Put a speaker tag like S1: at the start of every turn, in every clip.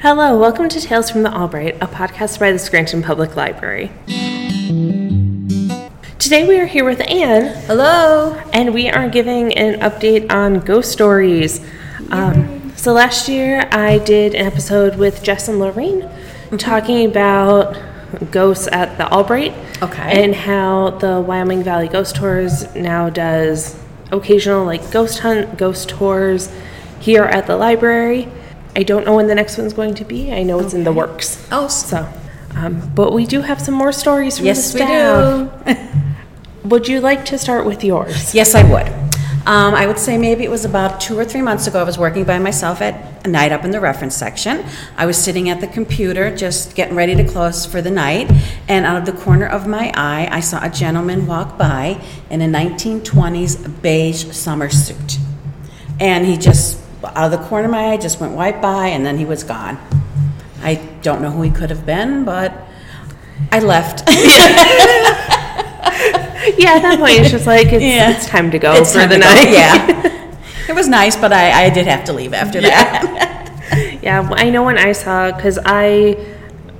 S1: Hello, welcome to Tales from the Albright, a podcast by the Scranton Public Library. Today we are here with Anne,
S2: Hello.
S1: and we are giving an update on ghost stories. Um, so last year I did an episode with Jess and Lorraine
S2: Mm-hmm.
S1: talking about ghosts at the Albright.
S2: Okay.
S1: And how the Wyoming Valley Ghost Tours now does occasional like ghost hunt, ghost tours here at the library. I don't know when the next one's going to be. I know it's in the works.
S2: Oh,
S1: So, um, but we do have some more stories from
S2: yes,
S1: the
S2: we
S1: staff.
S2: do.
S1: Would you like to start with yours?
S2: Yes, I would. Um, I would say maybe it was about two or three months ago. I was working by myself at a night up in the reference section. I was sitting at the computer, just getting ready to close for the night, and out of the corner of my eye, I saw a gentleman walk by in a 1920s beige summer suit. And he just, out of the corner of my eye, just went right by, and then he was gone. I don't know who he could have been, but I left.
S1: Yeah, at that point it's just like it's,
S2: Yeah.
S1: it's time to go
S2: It's
S1: for
S2: time
S1: the
S2: to go,
S1: night.
S2: Yeah. It was nice, but I, I did have to leave after that.
S1: Yeah, well, I know when I saw because I,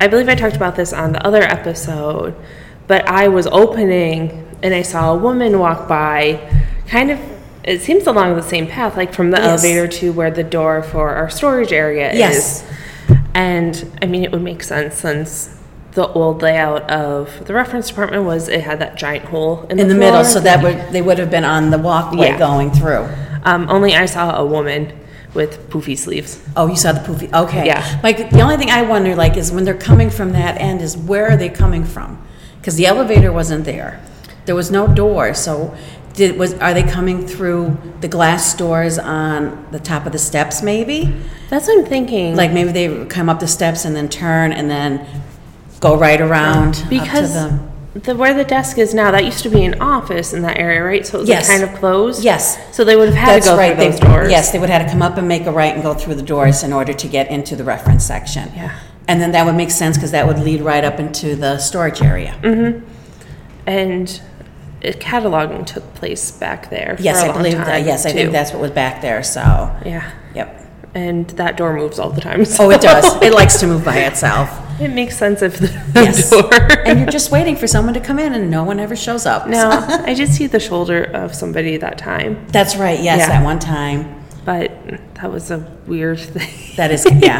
S1: I believe I talked about this on the other episode, but I was opening and I saw a woman walk by, kind of. It seems along the same path, like from the
S2: Yes.
S1: elevator to where the door for our storage area
S2: Yes.
S1: is. And I mean, it would make sense since the old layout of the reference department was it had that giant hole in,
S2: In the middle,
S1: floor.
S2: so that would, they would have been on the walkway
S1: Yeah.
S2: going through.
S1: um, only I saw a woman with poofy sleeves.
S2: Oh, you saw the poofy, okay.
S1: Yeah.
S2: Like, the only thing I wonder, like, is when they're coming from that end, is where are they coming from? Because the elevator wasn't there. There was no door, so did, was, are they coming through the glass doors on the top of the steps, maybe?
S1: That's what I'm thinking.
S2: Like, maybe they come up the steps and then turn and then go right around up to
S1: because
S2: the-
S1: the where the desk is now that used to be an office in that area right so it was like,
S2: Yes.
S1: kind of closed
S2: Yes.
S1: so they would have had
S2: That's
S1: to go
S2: right.
S1: through
S2: They-
S1: those doors
S2: Yes, they would have to come up and make a right and go through the doors in order to get into the reference section.
S1: Yeah.
S2: And then that would make sense because that would lead right up into the storage area.
S1: Mm-hmm. and it, cataloging took place back there
S2: Yes,
S1: for a
S2: I
S1: long
S2: believe
S1: time
S2: that. Yes, I
S1: too.
S2: think that's what was back there, so,
S1: yeah
S2: yep.
S1: and that door moves all the time so
S2: Oh, it does. It likes to move by itself.
S1: it makes sense if the
S2: Yes.
S1: door
S2: And you're just waiting for someone to come in and no one ever shows up.
S1: no
S2: so-
S1: i did see the shoulder of somebody that time
S2: That's right,
S1: Yeah.
S2: yes, that one time.
S1: but that was a weird thing
S2: That is, yeah.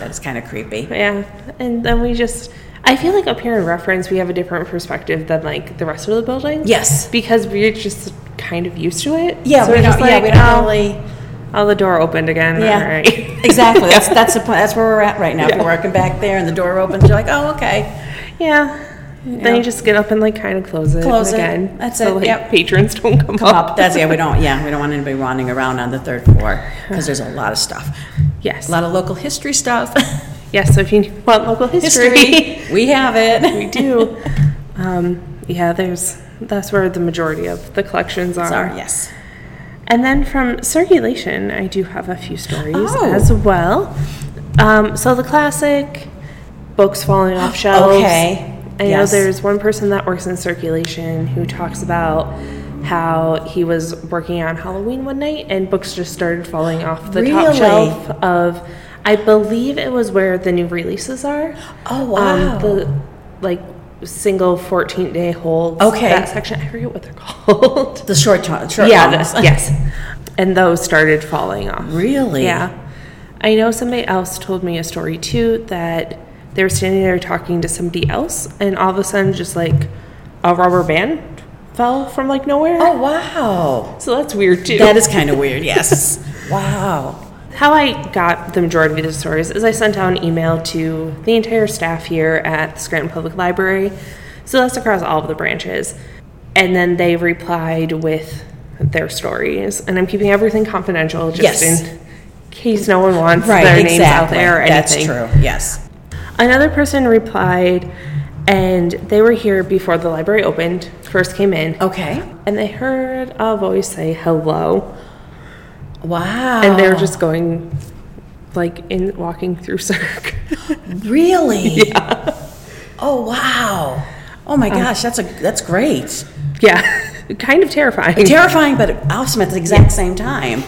S2: That is kind of creepy.
S1: yeah and then we just i feel like up here in reference we have a different perspective than like the rest of the building
S2: Yes.
S1: because we're just kind of used to it.
S2: Yeah,
S1: so
S2: we
S1: we're
S2: don't,
S1: just
S2: yeah,
S1: like,
S2: we don't
S1: oh,
S2: really.
S1: oh, the door opened again.
S2: Yeah,
S1: All right.
S2: exactly. That's that's the point. That's where we're at right now.
S1: Yeah.
S2: We're working back there, and the door opens. You're like, oh, okay.
S1: yeah. Then you just get up and like kind of close it
S2: Close it.
S1: again.
S2: That's
S1: so,
S2: it,
S1: Like,
S2: yep.
S1: Patrons don't come,
S2: Come up. That's yeah. We don't. Yeah, we don't want anybody wandering around on the third floor because there's a lot of stuff,
S1: Yes.
S2: a lot of local history stuff.
S1: Yes. So if you want local history,
S2: We have it.
S1: we do. Um, yeah. There's that's where the majority of the collections are.
S2: Sorry. Yes.
S1: And then from circulation, I do have a few stories
S2: Oh.
S1: as well. Um, so the classic books falling off shelves.
S2: Okay.
S1: I
S2: Yes.
S1: know there's one person that works in circulation who talks about how he was working on Halloween one night and books just started falling off the top
S2: Really?
S1: shelf of, I believe it was where the new releases are. Um,
S2: Oh, wow.
S1: the like single 14 day holds.
S2: Okay.
S1: That section. I forget what they're called
S2: The short time. Short
S1: yeah,
S2: ones.
S1: the- yes. And those started falling off.
S2: Really?
S1: Yeah. I know somebody else told me a story too that they were standing there talking to somebody else, and all of a sudden, just like a rubber band fell from like nowhere.
S2: Oh wow.
S1: So that's weird too.
S2: That is kind of weird. Yes. wow.
S1: How I got the majority of the stories is I sent out an email to the entire staff here at the Scranton Public Library. So that's across all of the branches. And then they replied with their stories. And I'm keeping everything confidential just
S2: Yes.
S1: in case no one wants
S2: Right.
S1: their
S2: exactly.
S1: names out there or
S2: That's
S1: anything.
S2: true. Yes.
S1: Another person replied, and they were here before the library opened, first came in,
S2: Okay.
S1: and they heard a voice say hello
S2: Wow.
S1: and they're just going like in walking through circ
S2: Really? Yeah. Oh wow. Oh
S1: Uh.
S2: my gosh, that's a that's great.
S1: yeah kind of terrifying
S2: Terrifying but awesome at the exact same time.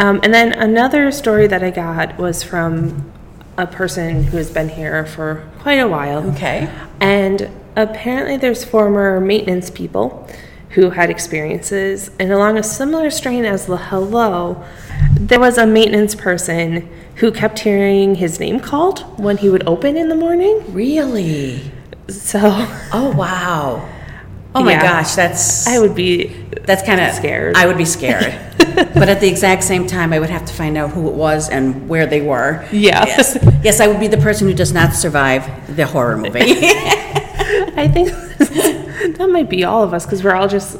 S1: um, and then another story that i got was from a person who has been here for quite a while.
S2: Okay.
S1: And apparently, there's former maintenance people who had experiences. And along a similar strain as the hello, there was a maintenance person who kept hearing his name called when he would open in the morning.
S2: Really?
S1: So
S2: Oh, wow. Oh my
S1: Yeah.
S2: gosh, that's
S1: I would be
S2: that's kind of
S1: scared.
S2: I would be scared. but at the exact same time, I would have to find out who it was and where they were.
S1: Yeah.
S2: Yes. Yes, I would be the person who does not survive the horror movie.
S1: I think that might be all of us because we're all just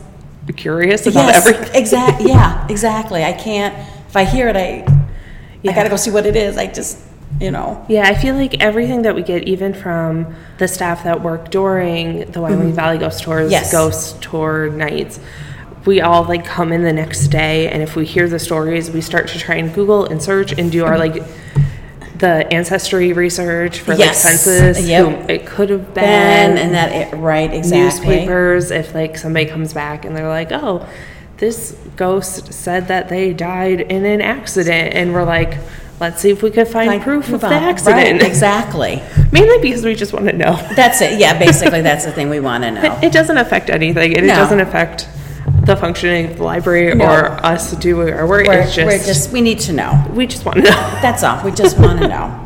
S1: curious about everything.
S2: Exactly. Yeah. Exactly. I can't. If I hear it, I
S1: Yeah.
S2: I gotta go see what it is. I just you know.
S1: Yeah, I feel like everything that we get, even from the staff that work during the Wyoming Valley Ghost Tours,
S2: Yes.
S1: ghost tour nights, we all like come in the next day, and if we hear the stories, we start to try and Google and search and do our like the ancestry research for like
S2: Yes.
S1: census,
S2: Yep.
S1: who it could have been,
S2: Ben and that. It, right. Exactly.
S1: newspapers if like somebody comes back and they're like oh this ghost said that they died in an accident and we're like let's see if we could find
S2: Like,
S1: proof of
S2: move
S1: the
S2: on.
S1: accident
S2: Right, exactly.
S1: mainly because we just want to know
S2: That's it. Yeah. Basically, that's the thing we want to know.
S1: it doesn't affect anything and it
S2: No.
S1: doesn't affect the functioning of the library
S2: No.
S1: or us doing our work
S2: We're,
S1: it's just,
S2: we're just we need to know.
S1: we just want to know
S2: That's all. We just want to know.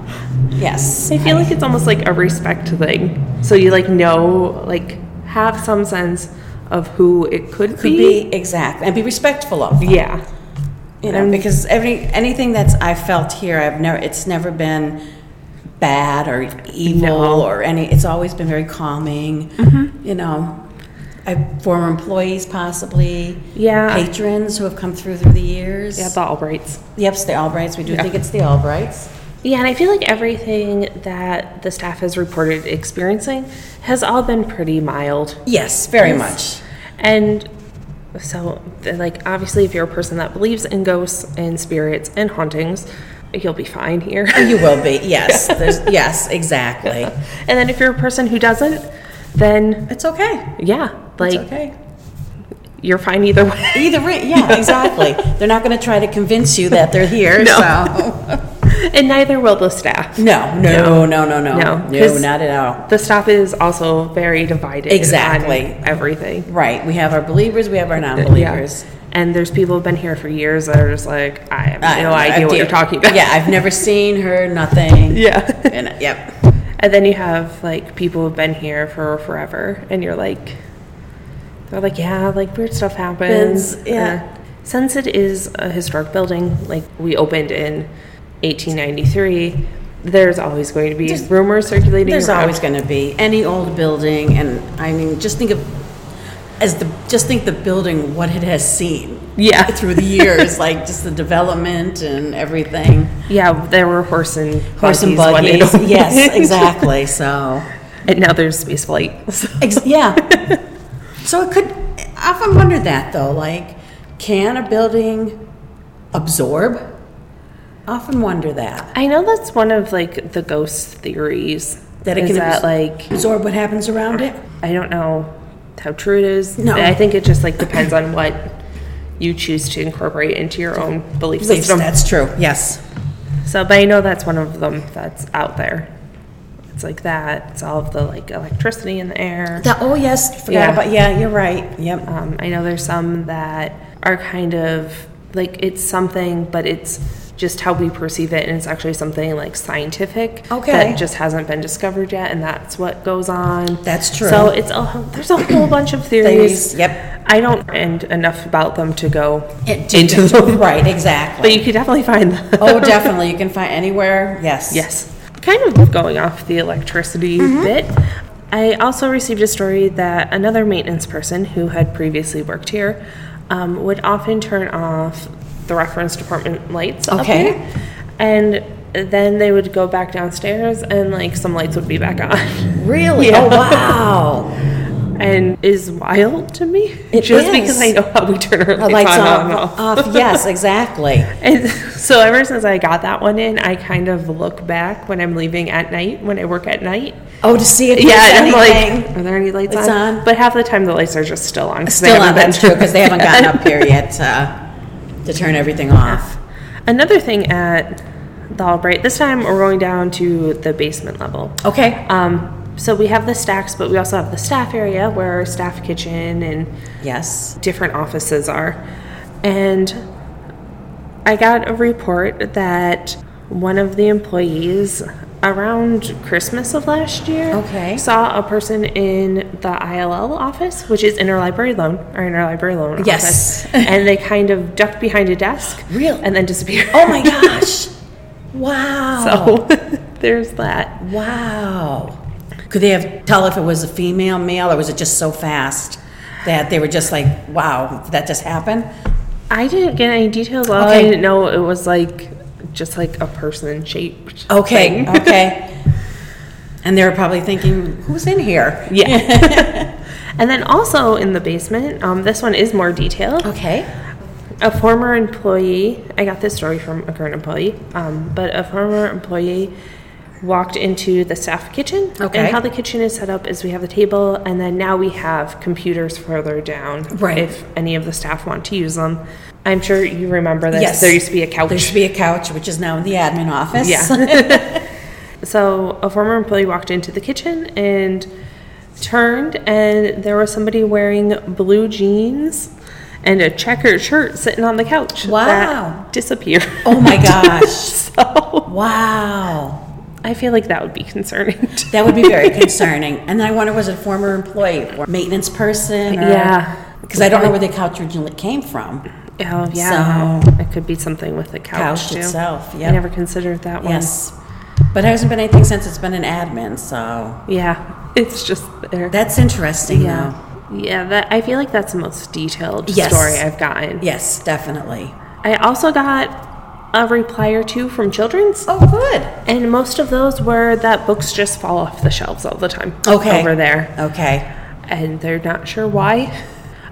S2: Yes.
S1: i feel like it's almost like a respect thing so you like know like have some sense of who it could,
S2: Could be exact and be respectful of. them.
S1: yeah
S2: You know, because every anything that's I felt here, I've never. It's never been bad or evil
S1: No. Mm-hmm.
S2: or any. It's always been very calming. You know, I, former employees possibly.
S1: Yeah.
S2: Patrons who have come through through the years.
S1: yeah the albrights
S2: Yep, it's the Albrights. We do think it's the Albrights.
S1: Yeah, and I feel like everything that the staff has reported experiencing has all been pretty mild.
S2: Yes, very
S1: Yes.
S2: much.
S1: And so, like, obviously, if you're a person that believes in ghosts and spirits and hauntings, you'll be fine here.
S2: You will be. Yes. There's, yes. Exactly.
S1: and then if you're a person who doesn't, then
S2: It's okay.
S1: yeah,
S2: It's
S1: like,
S2: okay.
S1: you're fine either way.
S2: Either way, yeah, exactly. They're not going to try to convince you that they're here.
S1: No.
S2: So.
S1: and neither will the staff.
S2: No, no, no, no, no,
S1: No,
S2: no,
S1: 'cause-
S2: not at all.
S1: The staff is also very divided
S2: Exactly.
S1: on everything.
S2: Right. We have our believers. We have our
S1: Yeah.
S2: non-believers.
S1: And there's people who've been here for years that are just like, I have
S2: I
S1: no
S2: don't know,
S1: idea
S2: I
S1: what
S2: do-
S1: you're talking about.
S2: Uh, Yeah, I've never seen her. Nothing.
S1: Yeah.
S2: And, uh, yep.
S1: and then you have like people who've been here for forever and you're like they're like, yeah, like weird stuff happens.
S2: Happens, yeah.
S1: Uh, since it is a historic building, like we opened in 1893, there's always going to be
S2: There's-
S1: rumors circulating.
S2: There's
S1: around.
S2: always going to be any old building, and I mean, just think of as the just think the building what it has seen.
S1: Yeah.
S2: Through the years, like just the development and everything.
S1: yeah, there were horse and
S2: Horse and
S1: when it
S2: buggies.
S1: opened.
S2: Yes, exactly. So.
S1: and now there's space flight. So-
S2: Ex- yeah. so it could. I often wondered that though. Like, can a building absorb? I often wonder that.
S1: I know that's one of like the ghost theories.
S2: That it
S1: is
S2: can
S1: that
S2: abs-
S1: like
S2: Absorb what happens around it.
S1: I don't know how true it is.
S2: No.
S1: I think it just like depends on what you choose to incorporate into your own belief
S2: Yes,
S1: system.
S2: that's true. Yes.
S1: So, but I know that's one of them that's out there. It's like that. It's all of the like electricity in the air.
S2: The, oh yes. Forgot
S1: Yeah.
S2: about. Yeah, you're right. Yep.
S1: Um, I know there's some that are kind of like it's something, but it's just how we perceive it, and it's actually something like scientific
S2: Okay.
S1: that just hasn't been discovered yet, and that's what goes on.
S2: That's true.
S1: So it's a there's a whole bunch of theories.
S2: Theories, yep.
S1: I don't and enough about them to go
S2: It-
S1: into them,
S2: right. Exactly.
S1: but you could definitely find them.
S2: oh, definitely. You can find anywhere. Yes.
S1: Yes. Kind of going off the electricity
S2: Mm-hmm.
S1: bit, I also received a story that another maintenance person who had previously worked here um, would often turn off the reference department lights up
S2: Okay.
S1: here. And then they would go back downstairs and like some lights would be back on.
S2: Really?
S1: Yeah.
S2: Oh wow.
S1: and is wild to me.
S2: It
S1: just
S2: is.
S1: because I know how we turn our
S2: The
S1: lights,
S2: lights
S1: on,
S2: off.
S1: and off.
S2: off. Yes. Exactly.
S1: And so ever since I got that one in, I kind of look back when I'm leaving at night, when I work at night,
S2: Oh, to see if
S1: Yeah,
S2: there's
S1: and I'm
S2: anything.
S1: like, are there any lights
S2: It's
S1: on?
S2: on.
S1: But half the time the lights are just still on. 'cause they
S2: Still on,
S1: haven't been
S2: that's true, because they haven't gotten
S1: turned
S2: up here yet uh, to turn everything off.
S1: on. Another thing at the Albright. This time we're going down to the basement level.
S2: Okay.
S1: Um, so we have the stacks, but we also have the staff area where our staff kitchen and
S2: Yes.
S1: different offices are. And I got a report that one of the employees around Christmas of last year
S2: Okay.
S1: saw a person in the ILL office, which is interlibrary loan or interlibrary loan
S2: Yes.
S1: office, and they kind of ducked behind a desk
S2: Really?
S1: and then disappeared.
S2: Oh my gosh. Wow.
S1: So there's that.
S2: Wow. Could they have tell if it was a female, male, or was it just so fast that they were just like, wow, did that just happen?
S1: I didn't get any details. All I
S2: Okay.
S1: didn't know it was like just like a person
S2: Oh,
S1: shaped.
S2: Okay, okay. And they were probably thinking, who's in here?
S1: Yeah. and then also in the basement, um, this one is more detailed.
S2: Okay.
S1: A former employee, I got this story from a current employee, um, but a former employee walked into the staff kitchen.
S2: Okay.
S1: And how the kitchen is set up is we have the table, and then now we have computers further down.
S2: Right.
S1: If any of the staff want to use them. I'm sure you remember this.
S2: Yes.
S1: There used to be a couch.
S2: There should be a couch, which is now in the admin office.
S1: Yeah. so a former employee walked into the kitchen and turned, and there was somebody wearing blue jeans and a checkered shirt sitting on the couch.
S2: Wow.
S1: That disappeared.
S2: Oh my gosh.
S1: so
S2: Wow.
S1: I feel like that would be concerning. too.
S2: That would be very concerning. And I wonder, was it a former employee or maintenance person? Or,
S1: Yeah.
S2: Because I don't know where the couch originally came from.
S1: Oh yeah,
S2: So-
S1: it could be something with the couch,
S2: Couch
S1: too.
S2: itself,
S1: I
S2: yep.
S1: never considered that one.
S2: Yes. But there hasn't been anything since it's been an admin, so
S1: Yeah, it's just there.
S2: that's interesting though.
S1: yeah, yeah. That I feel like that's the most detailed
S2: Yes.
S1: story I've gotten.
S2: Yes, definitely.
S1: I also got a reply or two from children's,
S2: Oh, good.
S1: and most of those were that books just fall off the shelves all the time
S2: Okay.
S1: over there,
S2: Okay.
S1: and they're not sure why.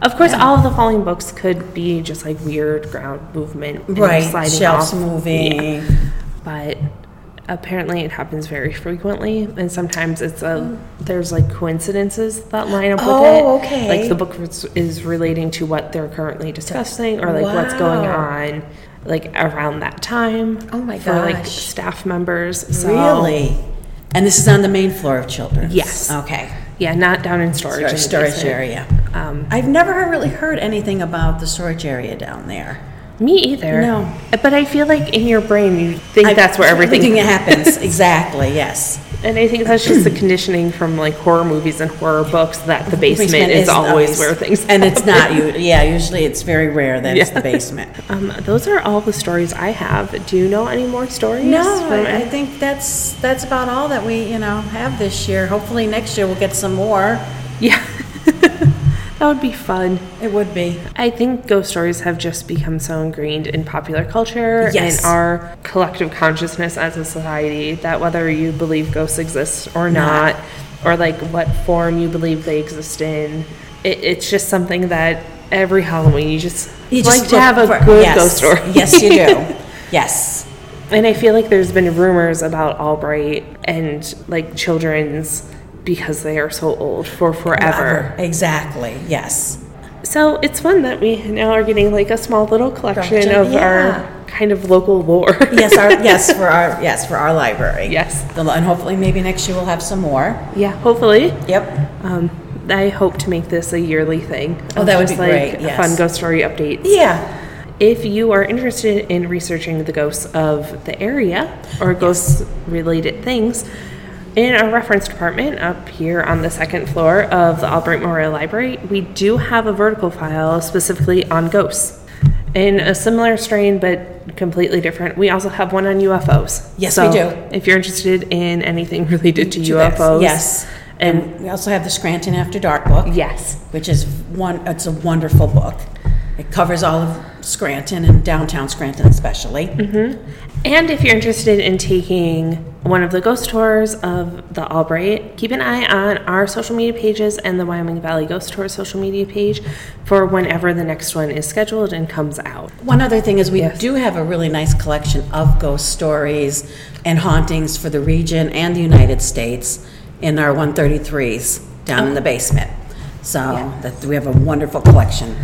S1: Of course, all of the falling books could be just like weird ground movement, and
S2: Right.
S1: Sliding
S2: Shelves
S1: off. Yeah.
S2: moving.
S1: but apparently it happens very frequently, and sometimes it's a there's like coincidences that line up
S2: Oh,
S1: with it.
S2: okay.
S1: Like the book is- is relating to what they're currently discussing, or like what's going
S2: Wow.
S1: on, like around that time.
S2: Oh my
S1: for, like
S2: gosh.
S1: staff members. So,
S2: Oh. Really? And this is on the main floor of children's?
S1: Yes.
S2: Okay.
S1: Yeah, not down in storage. in the
S2: Storage
S1: basement.
S2: area.
S1: Um,
S2: I've never really heard anything about the storage area down there.
S1: me either.
S2: No.
S1: but I feel like in your brain you think
S2: I-
S1: that's where everything.
S2: happens. Exactly, yes.
S1: And I think that's just the conditioning from like horror movies and horror books that the basement, is, always where things.
S2: And it's not, you. yeah, usually it's very rare that it's
S1: Yeah.
S2: the basement.
S1: Um, those are all the stories I have. Do you know any more stories?
S2: No,
S1: from-
S2: I I think that's, that's about all that we, you know, have this year. Hopefully next year we'll get some more.
S1: yeah, that would be fun.
S2: It would be.
S1: I think ghost stories have just become so ingrained in popular culture
S2: Yes.
S1: and our collective consciousness as a society that whether you believe ghosts exist or not, or like what form you believe they exist in, it, it's just something that every Halloween you just
S2: You
S1: like
S2: just
S1: to
S2: look
S1: have a
S2: for-
S1: good
S2: yes,
S1: ghost story.
S2: Yes, you do. Yes.
S1: And I feel like there's been rumors about Albright and like children's because they are so old for forever.
S2: Exactly, yes.
S1: So it's fun that we now are getting like a small little collection
S2: Collection,
S1: of
S2: yeah.
S1: our kind of local lore.
S2: Yes, our, yes, for our, yes, for our library.
S1: Yes.
S2: The li- And hopefully, maybe next year we'll have some more.
S1: yeah, hopefully.
S2: Yep.
S1: Um, I hope to make this a yearly thing.
S2: Oh,
S1: of
S2: that would
S1: just,
S2: be
S1: like,
S2: great, yes.
S1: Fun ghost story updates.
S2: Yeah.
S1: If you are interested in researching the ghosts of the area or ghost related things, in our reference department up here on the second floor of the Albright Memorial Library, we do have a vertical file specifically on ghosts. In a similar strain, but completely different, we also have one on UFOs.
S2: Yes, we do.
S1: If you're interested in anything related to
S2: To this,
S1: UFOs,
S2: yes.
S1: and
S2: We also have the Scranton After Dark book,
S1: yes,
S2: which is one, it's a wonderful book. It covers all of Scranton and downtown Scranton especially.
S1: And if you're interested in taking one of the ghost tours of the Albright, keep an eye on our social media pages and the Wyoming Valley Ghost Tour social media page for whenever the next one is scheduled and comes out.
S2: One other thing is we
S1: Yes.
S2: do have a really nice collection of ghost stories and hauntings for the region and the United States in our 133s down in the basement. So that we have a wonderful collection.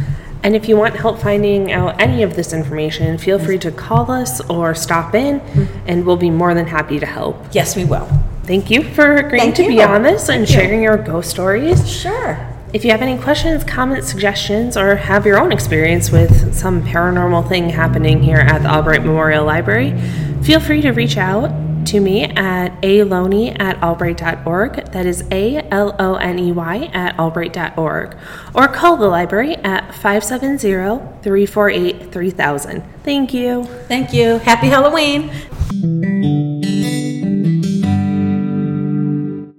S1: And if you want help finding out any of this information, feel free to call us or stop in, and we'll be more than happy to help.
S2: Yes, we will.
S1: Thank you for agreeing
S2: Thank
S1: to be
S2: you.
S1: on this and sharing your ghost stories.
S2: Sure.
S1: If you have any questions, comments, suggestions, or have your own experience with some paranormal thing happening here at the Albright Memorial Library, feel free to reach out to me at aloney E at albright.org. That is A L O N E Y at albright.org. Or call the library at 570 348 3000. Thank you.
S2: Thank you. Happy Halloween.